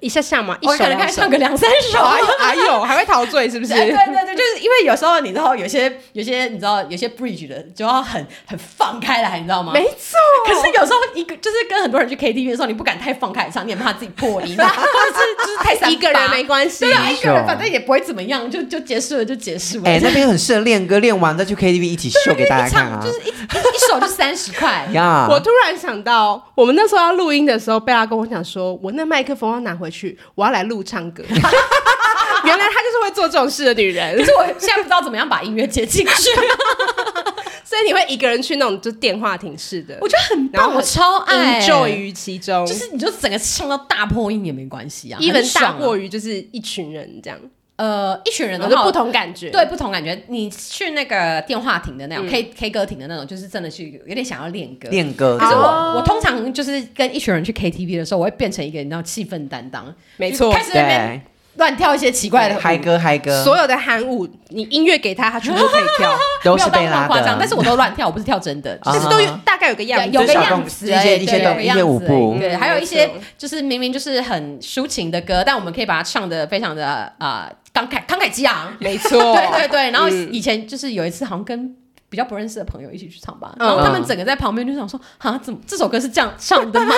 Speaker 1: 一下下嘛，一
Speaker 2: 我
Speaker 1: 首
Speaker 2: 可能
Speaker 1: 两
Speaker 2: 开
Speaker 1: 首
Speaker 2: 始唱个两三首。
Speaker 1: 哎呦哎呦，还会陶醉是不是？
Speaker 2: 对对对对，就是因为有时候你知道，有些有些你知道，有些 bridge 的就要很很放开来，你知道吗？
Speaker 1: 没错，
Speaker 2: 可是有时候一个就是跟很多人去 KTV 的时候，你不敢太放开来唱，你很怕自己破音，啊或者是就是太
Speaker 1: 一个人没关系
Speaker 2: 对。啊，一个
Speaker 3: 秀
Speaker 2: 人反正也不会怎么样，就就结束了就结束了。
Speaker 3: 哎，那边很适合练歌，练完再去 KTV 一起秀给大
Speaker 2: 一
Speaker 3: 家看
Speaker 2: 唱
Speaker 3: 啊，
Speaker 2: 就！是一一一首就三十块
Speaker 3: 呀，
Speaker 1: 我突然想到，我们那时候要录音的时候，贝拉跟我讲说，我那麦克风要拿回去，我要来录唱歌。 原来她就是会做这种事的女人
Speaker 2: 可，是我现在不知道怎么样把音乐接进去，
Speaker 1: 所以你会一个人去那种就电话亭式的，
Speaker 2: 我觉得很
Speaker 1: 然后
Speaker 2: 棒，我超爱
Speaker 1: enjoy 于其中，
Speaker 2: 就是你就整个唱到大破音也没关系啊，
Speaker 1: 一
Speaker 2: 很
Speaker 1: 人大
Speaker 2: 爽啊
Speaker 1: 过于就是一群人这样，
Speaker 2: 呃一群人的
Speaker 1: 就
Speaker 2: 话
Speaker 1: 不。同感觉。
Speaker 2: 对，不同感觉。你去那个电话亭的那种、K K 歌亭的那种，就是真的去有点想要练歌。
Speaker 3: 嗯练歌，
Speaker 2: 可是我、
Speaker 1: 哦
Speaker 2: 我通常就是跟一群人去 KTV 的时候，我会变成一个你知道气氛担当，
Speaker 1: 没错
Speaker 2: 开，始在那边
Speaker 3: 对，
Speaker 2: 乱跳一些奇怪的舞
Speaker 3: 嗨歌嗨歌，啊
Speaker 1: 所有的韩舞，你音乐给她，她全部都可以 跳，
Speaker 3: 都
Speaker 2: 没有
Speaker 3: 是
Speaker 2: 到
Speaker 3: 贝
Speaker 2: 那
Speaker 3: 拉
Speaker 2: 么
Speaker 3: 的
Speaker 2: 夸，张，但是我都乱跳，我不是跳真的，
Speaker 3: 啊
Speaker 1: 但是都有大概有个样子，
Speaker 2: 有
Speaker 3: 就
Speaker 2: 个
Speaker 3: 是小
Speaker 2: 样
Speaker 3: 动
Speaker 2: 子
Speaker 3: 一
Speaker 2: 而
Speaker 3: 些
Speaker 2: 已
Speaker 3: 一些
Speaker 2: 对
Speaker 3: 动
Speaker 2: 有个
Speaker 3: 一
Speaker 2: 样
Speaker 3: 些舞
Speaker 2: 子
Speaker 3: 步
Speaker 2: 而已对，
Speaker 1: 嗯
Speaker 2: 还有一些
Speaker 1: 没错
Speaker 2: 就是明明就是很抒情的歌，但我们可以把它唱的非常的啊慷慨慷慨激昂，
Speaker 1: 没错，
Speaker 2: 对 对对。然后
Speaker 1: 嗯
Speaker 2: 以前就是有一次好像跟。比较不认识的朋友一起去唱吧，
Speaker 1: 嗯
Speaker 2: 然后他们整个在旁边就想说，啊，怎么这首歌是这样唱的吗？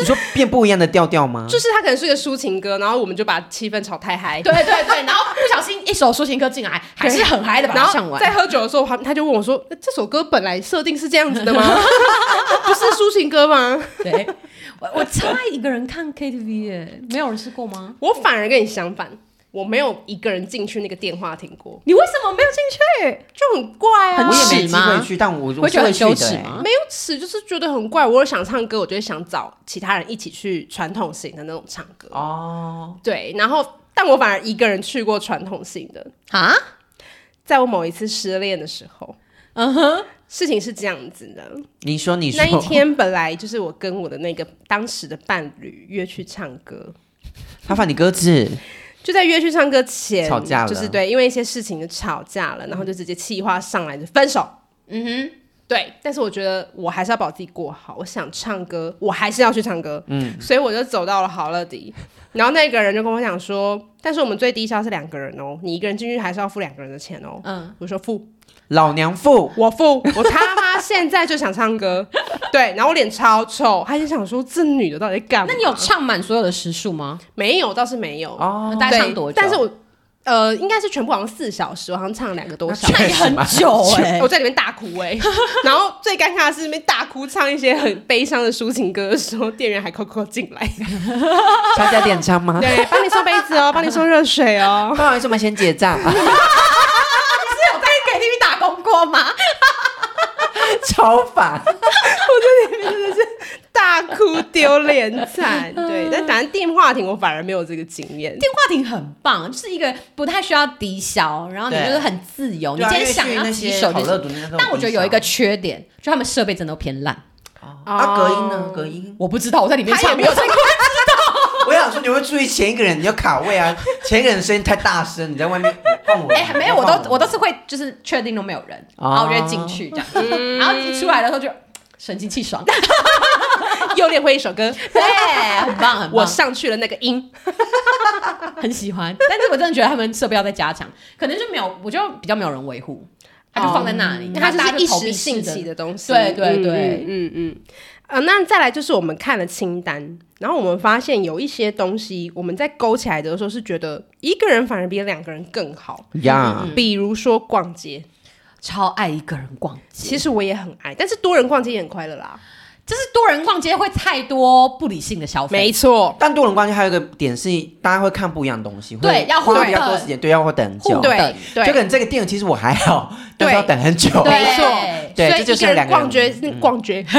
Speaker 3: 你说变不一样的调调吗？
Speaker 1: 就是他可能是一个抒情歌，然后我们就把气氛炒太嗨，
Speaker 2: 对对对，然后不小心一首抒情歌进来，还是很嗨的把
Speaker 1: 然
Speaker 2: 它
Speaker 1: 后
Speaker 2: 唱完。
Speaker 1: 在喝酒的时候，他他就问我说：“呃这首歌本来设定是这样子的 吗？不是抒情歌吗
Speaker 2: 对，我我超爱一个人看 KTV 耶，没有人试过吗？？”
Speaker 1: 我反而跟你相反，我没有一个人进去那个电话亭过，
Speaker 2: 你为什么没有进去？
Speaker 1: 就很怪啊，
Speaker 2: 很
Speaker 3: 我也
Speaker 2: 耻
Speaker 3: 没机
Speaker 2: 吗
Speaker 3: 会去，但我我
Speaker 2: 会觉得很
Speaker 3: 是会
Speaker 2: 羞
Speaker 3: 去的
Speaker 2: 耻
Speaker 3: 欸
Speaker 2: 吗？
Speaker 1: 没有尺，就是觉得很怪。我有想唱歌，我就会想找其他人一起去传统型的那种唱歌。
Speaker 3: 哦，
Speaker 1: 对，然后但我反而一个人去过传统型的，
Speaker 2: 啊？
Speaker 1: 在我某一次失恋的时候，
Speaker 2: 嗯哼，
Speaker 1: 事情是这样子的。
Speaker 3: 你说你说
Speaker 1: 那一天本来就是我跟我的那个当时的伴侣约去唱歌，
Speaker 3: 他放你鸽子，
Speaker 1: 就在约去唱歌前
Speaker 3: 吵架了
Speaker 1: 就是对，因为一些事情就吵架了，然后就直接气话上来就分手。
Speaker 2: 嗯哼，
Speaker 1: 对，但是我觉得我还是要把我自己过好。我想唱歌，我还是要去唱歌。嗯，所以我就走到了好乐迪，然后那个人就跟我讲说，但是我们最低消是两个人哦，你一个人进去还是要付两个人的钱哦。
Speaker 2: 嗯，
Speaker 1: 我说付，
Speaker 3: 老娘付，
Speaker 1: 我付，我他妈现在就想唱歌，对，然后我脸超臭，他就想说这女的到底在干嘛？
Speaker 2: 那你有唱满所有的时数吗？
Speaker 1: 没有？倒是没有，
Speaker 3: 哦
Speaker 2: 大
Speaker 1: 对
Speaker 2: 概唱多久？
Speaker 1: 但是我呃，应该是全部好像四小时，我好像唱了两个多小时。
Speaker 2: 那也 很久哎、
Speaker 1: 我在里面大哭哎、然后最尴尬的是，那边大哭唱一些很悲伤的抒情歌的时候，店员还扣扣进 来，
Speaker 3: 大家哦点唱吗？
Speaker 1: 对，帮你送杯子 哦，帮你送热水哦。
Speaker 3: 不好意思，我们先结账，啊
Speaker 2: 是有在 KTV 打工过吗？
Speaker 3: 超烦。
Speaker 1: 大哭丢脸 惨，对，但反正电话亭我反而没有这个经验，
Speaker 2: 电话亭很棒，就是一个不太需要低消，然后你
Speaker 3: 对
Speaker 2: 就是很自由，你
Speaker 3: 对啊
Speaker 2: 今天
Speaker 3: 因为
Speaker 2: 想
Speaker 3: 去
Speaker 2: 要
Speaker 3: 那
Speaker 2: 几
Speaker 3: 些
Speaker 2: 首
Speaker 3: 好
Speaker 2: 就
Speaker 3: 乐
Speaker 2: 是。
Speaker 3: 迪那种
Speaker 2: 但我觉得有一个哦
Speaker 3: 地
Speaker 2: 缺点，就他们设备真的都偏烂。
Speaker 3: 方啊，隔音呢？隔音，
Speaker 2: 我不知道我在里面
Speaker 1: 他也
Speaker 2: 唱
Speaker 1: 没有
Speaker 2: 在
Speaker 1: 在
Speaker 3: 我想说你会注意前一个人，你要卡位啊，前一个人声音太大声，你在外面放我。
Speaker 2: 哎、没有，我
Speaker 3: 放
Speaker 2: 都我都是会就是确定都没有人，
Speaker 3: 哦
Speaker 2: 嗯然后我就会进去这样，然后一出来的时候就神清气爽。
Speaker 1: 又练会一首歌，
Speaker 2: 对，很棒，很棒，
Speaker 1: 我上去了那个音，
Speaker 2: 很喜欢。但是我真的觉得他们设备要再加强，可能就没有，我就比较没有人维护，他就放在那里，
Speaker 1: 哦因为它
Speaker 2: 然后大
Speaker 1: 就
Speaker 2: 家
Speaker 1: 是一
Speaker 2: 投币
Speaker 1: 时兴
Speaker 2: 式的
Speaker 1: 起的东西。
Speaker 2: 对对对
Speaker 1: 嗯嗯嗯。呃，那再来就是我们看了清单，然后我们发现有一些东西，我们在勾起来的时候是觉得一个人反而比两个人更好，
Speaker 3: 呀，
Speaker 1: 比如说逛街。
Speaker 2: 超爱一个人逛街。
Speaker 1: 其实我也很爱，但是多人逛街也很快乐啦。
Speaker 2: 就是多人逛街会太多不理性的消费，
Speaker 1: 错，
Speaker 3: 但多人关系还有一个点是，大家会看不一样的东西，会
Speaker 2: 对要
Speaker 3: 花
Speaker 2: 互
Speaker 3: 比较多
Speaker 2: 等
Speaker 3: 时间，对，要会等
Speaker 2: 互
Speaker 3: 久。
Speaker 2: 动
Speaker 1: 对对，
Speaker 3: 就可能这个店其实我还好，但是
Speaker 1: 对
Speaker 3: 要等很久。
Speaker 2: 对
Speaker 1: 没错，
Speaker 3: 对
Speaker 1: 所以
Speaker 3: 这就
Speaker 1: 一
Speaker 3: 是
Speaker 1: 个人
Speaker 3: 两个
Speaker 1: 逛
Speaker 3: 人
Speaker 1: 街，嗯逛街，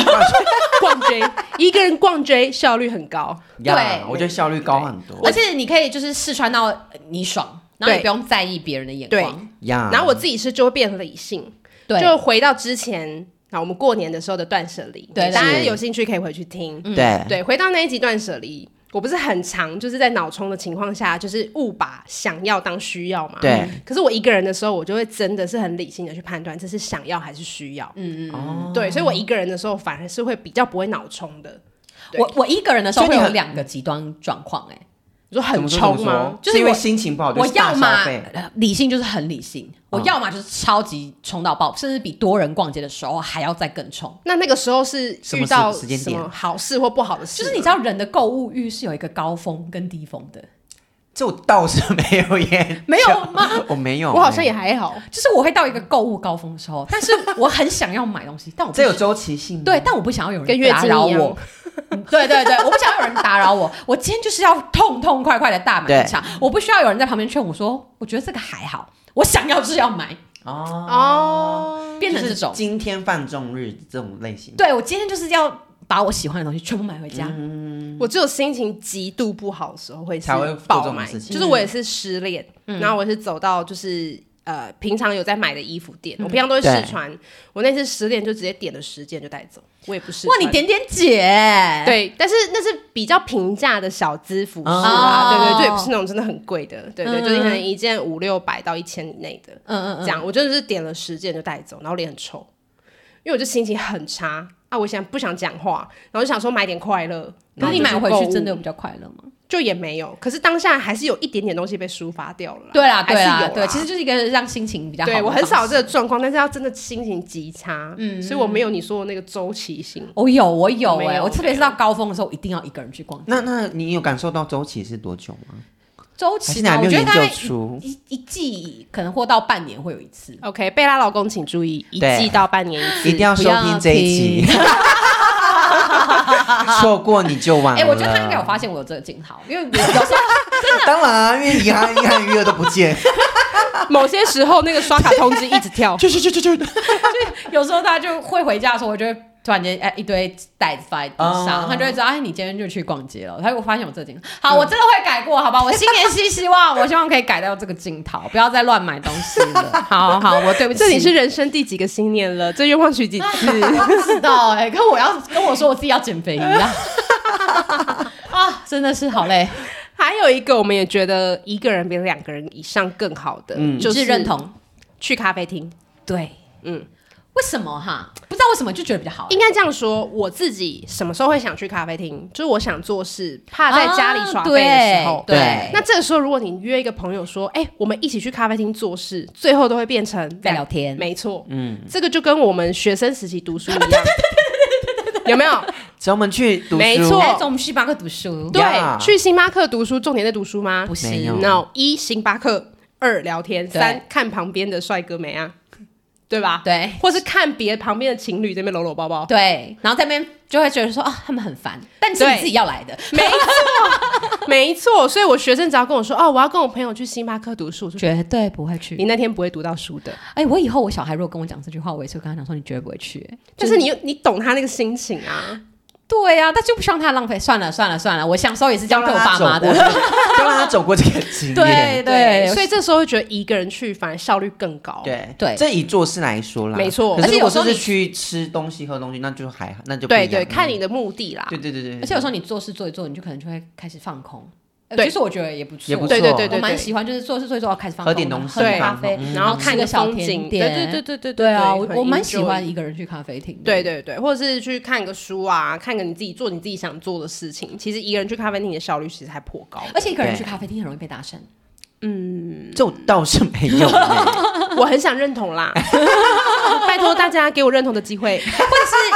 Speaker 1: 逛街，一个人逛街效率很高，
Speaker 3: 呀
Speaker 2: 对
Speaker 3: 我觉得效率高很多。
Speaker 2: 而且你可以就是试穿到呃你爽，然后
Speaker 1: 对
Speaker 2: 你不用在意别人的眼
Speaker 1: 对
Speaker 2: 光。
Speaker 3: 呀，
Speaker 1: 然后我自己是就会变理性，
Speaker 2: 对，
Speaker 1: 就回到之前啊，我们过年的时候的断舍离，
Speaker 2: 对
Speaker 1: 大家
Speaker 3: 是
Speaker 1: 有兴趣可以回去听。
Speaker 2: 嗯
Speaker 3: 对
Speaker 1: 对，回到那一集断舍离，我不是很常就是在脑冲的情况下，就是误把想要当需要嘛。
Speaker 3: 对
Speaker 1: 可是我一个人的时候，我就会真的是很理性的去判断这是想要还是需要。嗯嗯，对，所以我一个人的时候反而是会比较不会脑冲的。对
Speaker 2: 我我一个人的时候
Speaker 3: 所
Speaker 2: 会
Speaker 3: 以你
Speaker 2: 有
Speaker 3: 很
Speaker 2: 两个极端状况，哎，
Speaker 1: 你说
Speaker 3: 怎
Speaker 1: 很
Speaker 3: 么说怎么
Speaker 1: 冲吗
Speaker 3: 说？？
Speaker 2: 啊就是
Speaker 3: 因为
Speaker 2: 我
Speaker 3: 心情不好，哦就
Speaker 2: 我
Speaker 3: 是大
Speaker 2: 要
Speaker 3: 消
Speaker 2: 么
Speaker 3: 费
Speaker 2: 呃理性就是很理性，我要么就是超级冲到爆，甚至比多人逛街的时候还要再更冲。
Speaker 1: 那那个时候是
Speaker 3: 什
Speaker 1: 遇
Speaker 3: 么时
Speaker 1: 到
Speaker 3: 时间
Speaker 1: 什
Speaker 3: 点
Speaker 1: 么好事或不好的事
Speaker 2: 就
Speaker 1: 吗？
Speaker 2: 是你知道人的购物欲是有一个高峰跟低峰的，
Speaker 3: 这我倒是没有耶，
Speaker 2: 没有吗？
Speaker 3: 我没有，
Speaker 1: 我好像也还好，
Speaker 2: 就是我会到一个购物高峰的时候，但是我很想要买东西，但我不
Speaker 3: 这有
Speaker 2: 想
Speaker 3: 周期性。
Speaker 2: 对，，但我不想要有
Speaker 1: 跟
Speaker 2: 人
Speaker 1: 月
Speaker 2: 打
Speaker 1: 经
Speaker 2: 扰
Speaker 1: 一样
Speaker 2: 我。。嗯对对对，我不想要有人打扰我。我今天就是要痛痛快快的大买一场，我不需要有人在旁边劝我说，我觉得这个还好，我想要就是要买，
Speaker 3: 哦，
Speaker 1: 哦，
Speaker 2: 变成
Speaker 3: 就
Speaker 2: 这
Speaker 3: 是
Speaker 2: 种。
Speaker 3: 今天放纵日这种类型。
Speaker 2: 对我今天就是要把我喜欢的东西全部买回家。
Speaker 1: 我只有心情极度不好的时候会是
Speaker 3: 才会做这
Speaker 1: 爆
Speaker 3: 种
Speaker 1: 买，
Speaker 3: 事情
Speaker 1: 就是我也是失恋，
Speaker 2: 嗯
Speaker 1: 然后我是走到就是呃平常有在买的衣服店，
Speaker 2: 嗯
Speaker 1: 我平常都会试
Speaker 3: 对
Speaker 1: 穿，我那次失恋就直接点了十件就带走，我也不是
Speaker 2: 哇，你点点姐，
Speaker 1: 对，但是那是比较平价的小资服饰啊，
Speaker 2: 哦
Speaker 1: 对对对，不是那种真的很贵的，对对，就是可能一件五六百到一千以内的，
Speaker 2: 嗯嗯嗯，
Speaker 1: 这样，我就是点了十件就带走，然后脸很臭，因为我就心情很差啊，我想不想讲话，然后就想说买点快乐，
Speaker 2: 可是你
Speaker 1: 然后
Speaker 2: 买
Speaker 1: 就
Speaker 2: 回
Speaker 1: 购
Speaker 2: 去
Speaker 1: 物
Speaker 2: 真的有比较快乐吗？
Speaker 1: 就也没有，可是当下还是有一点点东西被抒发掉了啦，
Speaker 2: 对啦，
Speaker 1: 还
Speaker 2: 对
Speaker 1: 是有
Speaker 2: 啦
Speaker 1: 啦，，
Speaker 2: 对，其实就是一个让心情比较好的
Speaker 1: 对
Speaker 2: 方式。
Speaker 1: 我很少有这个状况，但是要真的心情极差，嗯，所以我没有你说的那个周期性，
Speaker 2: 我有，我有
Speaker 1: 没
Speaker 2: 哎、
Speaker 1: 有
Speaker 2: 我特别是到高峰的时候，我一定要一个人去逛街。
Speaker 3: 那那你有感受到周期是多久吗？
Speaker 2: 周
Speaker 3: 还
Speaker 2: 期
Speaker 3: 是
Speaker 2: 呢
Speaker 3: 你还？没
Speaker 2: 我
Speaker 3: 有
Speaker 2: 觉得
Speaker 3: 研
Speaker 2: 大概
Speaker 3: 究出？
Speaker 2: 一一季可能或到半年会有一次。
Speaker 1: OK，贝拉老公请注意，一
Speaker 3: 对
Speaker 1: 季到半年一次，
Speaker 3: 一 定要收听这一集， 错过你就晚
Speaker 2: 哎、
Speaker 3: 了。啊
Speaker 2: 我觉得他应该有发现我有这个镜头，因为我有时候
Speaker 3: 当然啊，因为银行银行余额都不见，，
Speaker 1: 某些时候那个刷卡通知一直
Speaker 2: 哦
Speaker 1: 跳
Speaker 3: 就是就就就
Speaker 2: 有时候他就会回家的时候，我就会突然间哎、一堆袋子放在地上，
Speaker 3: 哦
Speaker 2: 他就会知道哎你今天就去逛街了。他会发现我这个镜头，好，我真的会改过，好吧？我新年新希望，我希望可以改掉这个镜头，不要再乱买东西了。好好，我对不起，
Speaker 1: 这你是人生第几个新年了？这愿望许几次？
Speaker 2: 我不知道哎、跟我要跟我说我自己要减肥一样 啊，真的是好累。
Speaker 1: 还有一个，我们也觉得一个人比两个人以上更好的，
Speaker 3: 嗯
Speaker 1: 就
Speaker 2: 你
Speaker 1: 是
Speaker 2: 是认同，
Speaker 1: 去咖啡厅。
Speaker 2: 对，
Speaker 1: 嗯，
Speaker 2: 为什么哈？不知道为什么就觉得比较好、
Speaker 1: 应该这样说，我自己什么时候会想去咖啡厅？就是我想做事，怕在家里耍废的时候。
Speaker 2: 啊对
Speaker 3: 对
Speaker 1: 那这个时候，如果你约一个朋友说：“哎、我们一起去咖啡厅做事”，最后都会变成
Speaker 2: 在聊天
Speaker 1: 没错，
Speaker 3: 嗯，
Speaker 1: 这个就跟我们学生时期读书一样，有没 有？
Speaker 3: 专门去读书，
Speaker 1: 没错
Speaker 2: 哎，走，我们去星巴克读书，
Speaker 1: 对
Speaker 3: Yeah
Speaker 1: 去星巴克读书，重点在读书吗？
Speaker 2: 不是
Speaker 3: 没有
Speaker 1: no，一星巴克，二聊天，
Speaker 2: 对
Speaker 1: 三看旁边的帅哥美啊，对吧？
Speaker 2: 对
Speaker 1: 或是看别旁边的情侣这边搂搂抱抱，
Speaker 2: 对，然后在那边就会觉得说啊，他们很烦，但是
Speaker 1: 对
Speaker 2: 你自己要来的，
Speaker 1: 没错， 没错。所以我学生只要跟我说哦，我要跟我朋友去星巴克读书，我就觉
Speaker 2: 绝对不会
Speaker 1: 得
Speaker 2: 去
Speaker 1: 你。那天不会读到书的。
Speaker 2: 哎、我以后我小孩如果跟我讲这句话，我也是会跟他讲说，你绝对不会去、哎
Speaker 1: 但
Speaker 2: 就是
Speaker 1: 你又你懂他那个心情啊，
Speaker 2: 对呀、但就不希望他浪费。算了算了算了，我享受也是这样
Speaker 3: 要
Speaker 2: 对我
Speaker 3: 让他
Speaker 2: 爸
Speaker 3: 走
Speaker 2: 妈
Speaker 3: 过，
Speaker 2: 的。
Speaker 3: 要让他走过这个经
Speaker 2: 对
Speaker 3: 验。
Speaker 2: 对，
Speaker 1: 所以这时候会觉得一个人去反而效率更高。，
Speaker 3: 对
Speaker 2: 对
Speaker 3: 这以做事来说啦，
Speaker 1: 没错
Speaker 3: 可
Speaker 2: 而
Speaker 3: 是
Speaker 2: 且
Speaker 3: 如
Speaker 2: 有
Speaker 3: 果
Speaker 2: 时候
Speaker 3: 说
Speaker 2: 你
Speaker 3: 是去吃东西喝东西，那就还好，那就不
Speaker 1: 对
Speaker 3: 一样
Speaker 1: 对，
Speaker 3: 嗯
Speaker 1: 看你的目的啦。
Speaker 3: 对对对对，
Speaker 2: 而且有时候你做事做一做，你就可能就会开始放空，呃
Speaker 1: 对
Speaker 2: 其实我觉得也不错，
Speaker 3: 也不错
Speaker 1: 对对对
Speaker 2: 我
Speaker 1: 对
Speaker 2: 蛮
Speaker 1: 对，
Speaker 2: 喜欢，就是做事做一做，哦开始放
Speaker 3: 喝
Speaker 2: 空
Speaker 3: 点东
Speaker 2: 了
Speaker 3: 西
Speaker 2: 喝
Speaker 1: 对
Speaker 2: 咖
Speaker 3: 放
Speaker 2: 啡，
Speaker 3: 空嗯
Speaker 1: 然后看
Speaker 2: 吃
Speaker 1: 个
Speaker 2: 个小
Speaker 1: 风
Speaker 2: 甜
Speaker 1: 景，对
Speaker 2: 点
Speaker 1: 对对对对
Speaker 2: 对啊，我
Speaker 1: 很
Speaker 2: 我蛮
Speaker 1: enjoy
Speaker 2: 喜欢一个人去咖啡厅的，
Speaker 1: 对对对，或者是去看个书啊，看个你自己做你自己想做的事情。其实一个人去咖啡厅的效率其实还颇 高的。
Speaker 2: 而且一个人去咖啡厅很容易被搭讪，
Speaker 3: 嗯这我倒是没 有欸、
Speaker 1: 我很想认同啦，拜托大家给我认同的机会。
Speaker 3: 嗯
Speaker 2: 或者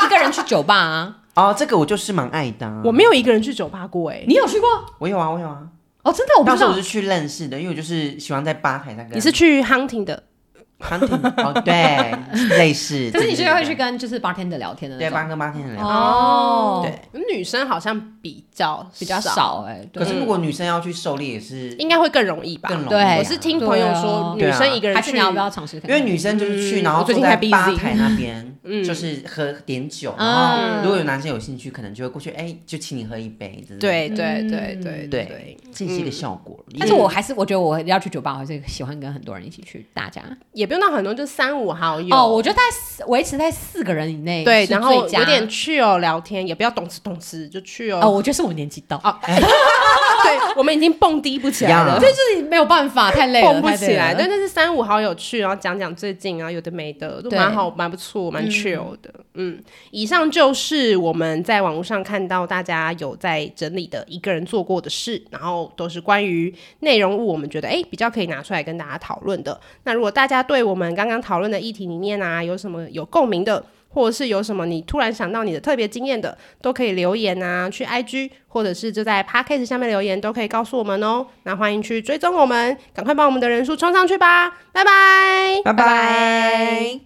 Speaker 2: 是一个人去酒吧啊。
Speaker 3: 哦，这个我就是蛮爱的啊、
Speaker 1: 我没有一个人去酒吧过哎、
Speaker 2: 你有去过？
Speaker 3: 我有啊，我有啊。
Speaker 2: 哦，真的我不
Speaker 3: 当
Speaker 2: 知
Speaker 3: 时我
Speaker 2: 道
Speaker 3: 是。去认识的，因为我就是喜欢在吧台上跟
Speaker 1: 你是去 hunting 的，
Speaker 3: hunting 哦，对， 类似。
Speaker 2: 可是你是
Speaker 3: 对对
Speaker 2: 会
Speaker 3: 对
Speaker 2: 去跟就是 bartender 聊天的那
Speaker 3: 对吧
Speaker 2: 种。
Speaker 3: 跟吧天的聊。
Speaker 2: 哦，
Speaker 1: 对，女生好像比较
Speaker 2: 比较
Speaker 1: 少，
Speaker 2: 少哎，
Speaker 3: 可
Speaker 2: 对，
Speaker 3: 是如果女生要去狩猎也是
Speaker 1: 应该会更容易吧
Speaker 3: 更？容易、
Speaker 2: 对
Speaker 3: 啊。
Speaker 1: 我是听朋友说，
Speaker 3: 对
Speaker 1: 女
Speaker 3: 啊
Speaker 1: 生一个人
Speaker 2: 还是
Speaker 1: 去
Speaker 2: 你要不要尝试看
Speaker 3: 因
Speaker 2: 看？
Speaker 3: 为女生就是
Speaker 2: 嗯
Speaker 3: 去，然后
Speaker 1: 我最
Speaker 3: 坐
Speaker 1: 近
Speaker 3: 在
Speaker 1: 太 busy
Speaker 3: 吧台 那边，就是喝点酒，然
Speaker 2: 啊
Speaker 3: 后如果有男生有兴趣，可能就会过去，哎，就请你喝一杯之类的，
Speaker 1: 对
Speaker 2: 嗯
Speaker 1: 对对对
Speaker 3: 对
Speaker 1: 对，，
Speaker 3: 这是一个效果。
Speaker 2: 但是我还是我觉得我要去酒吧，我还是喜欢跟很多人一起去大家。
Speaker 1: 也不用到很多，就三五好友
Speaker 2: 哦，我觉得在四维持在四个人以内
Speaker 1: 对，
Speaker 2: 是
Speaker 1: 然后
Speaker 2: 最佳
Speaker 1: 有点去哦聊天，也不要懂吃懂吃就去
Speaker 2: 哦，
Speaker 1: 哦。
Speaker 2: 我觉得是我年纪 到，
Speaker 1: 对，我们已经蹦迪不起来了
Speaker 3: 呀。
Speaker 2: 这就是没有办法，太 累了，
Speaker 1: 蹦不
Speaker 2: 太
Speaker 1: 起
Speaker 2: 累
Speaker 1: 来，
Speaker 2: 了
Speaker 1: 对，但是三五好友去，然后讲讲最近啊，有的没的，都
Speaker 2: 对
Speaker 1: 蛮好，蛮不错，蛮 chill 的。嗯以上就是我们在网络上看到大家有在整理的一个人做过的事，然后都是关于内容物，我们觉得哎、诶比较可以拿出来跟大家讨论的。那如果大家对我们刚刚讨论的议题里面啊，有什么有共鸣的，或者是有什么你突然想到你的特别经验的，都可以留言啊，去 IG 或者是就在 Podcast 下面留言，都可以告诉我们哦。那欢迎去追踪我们，赶快把我们的人数冲上去吧，拜拜，
Speaker 3: 拜拜。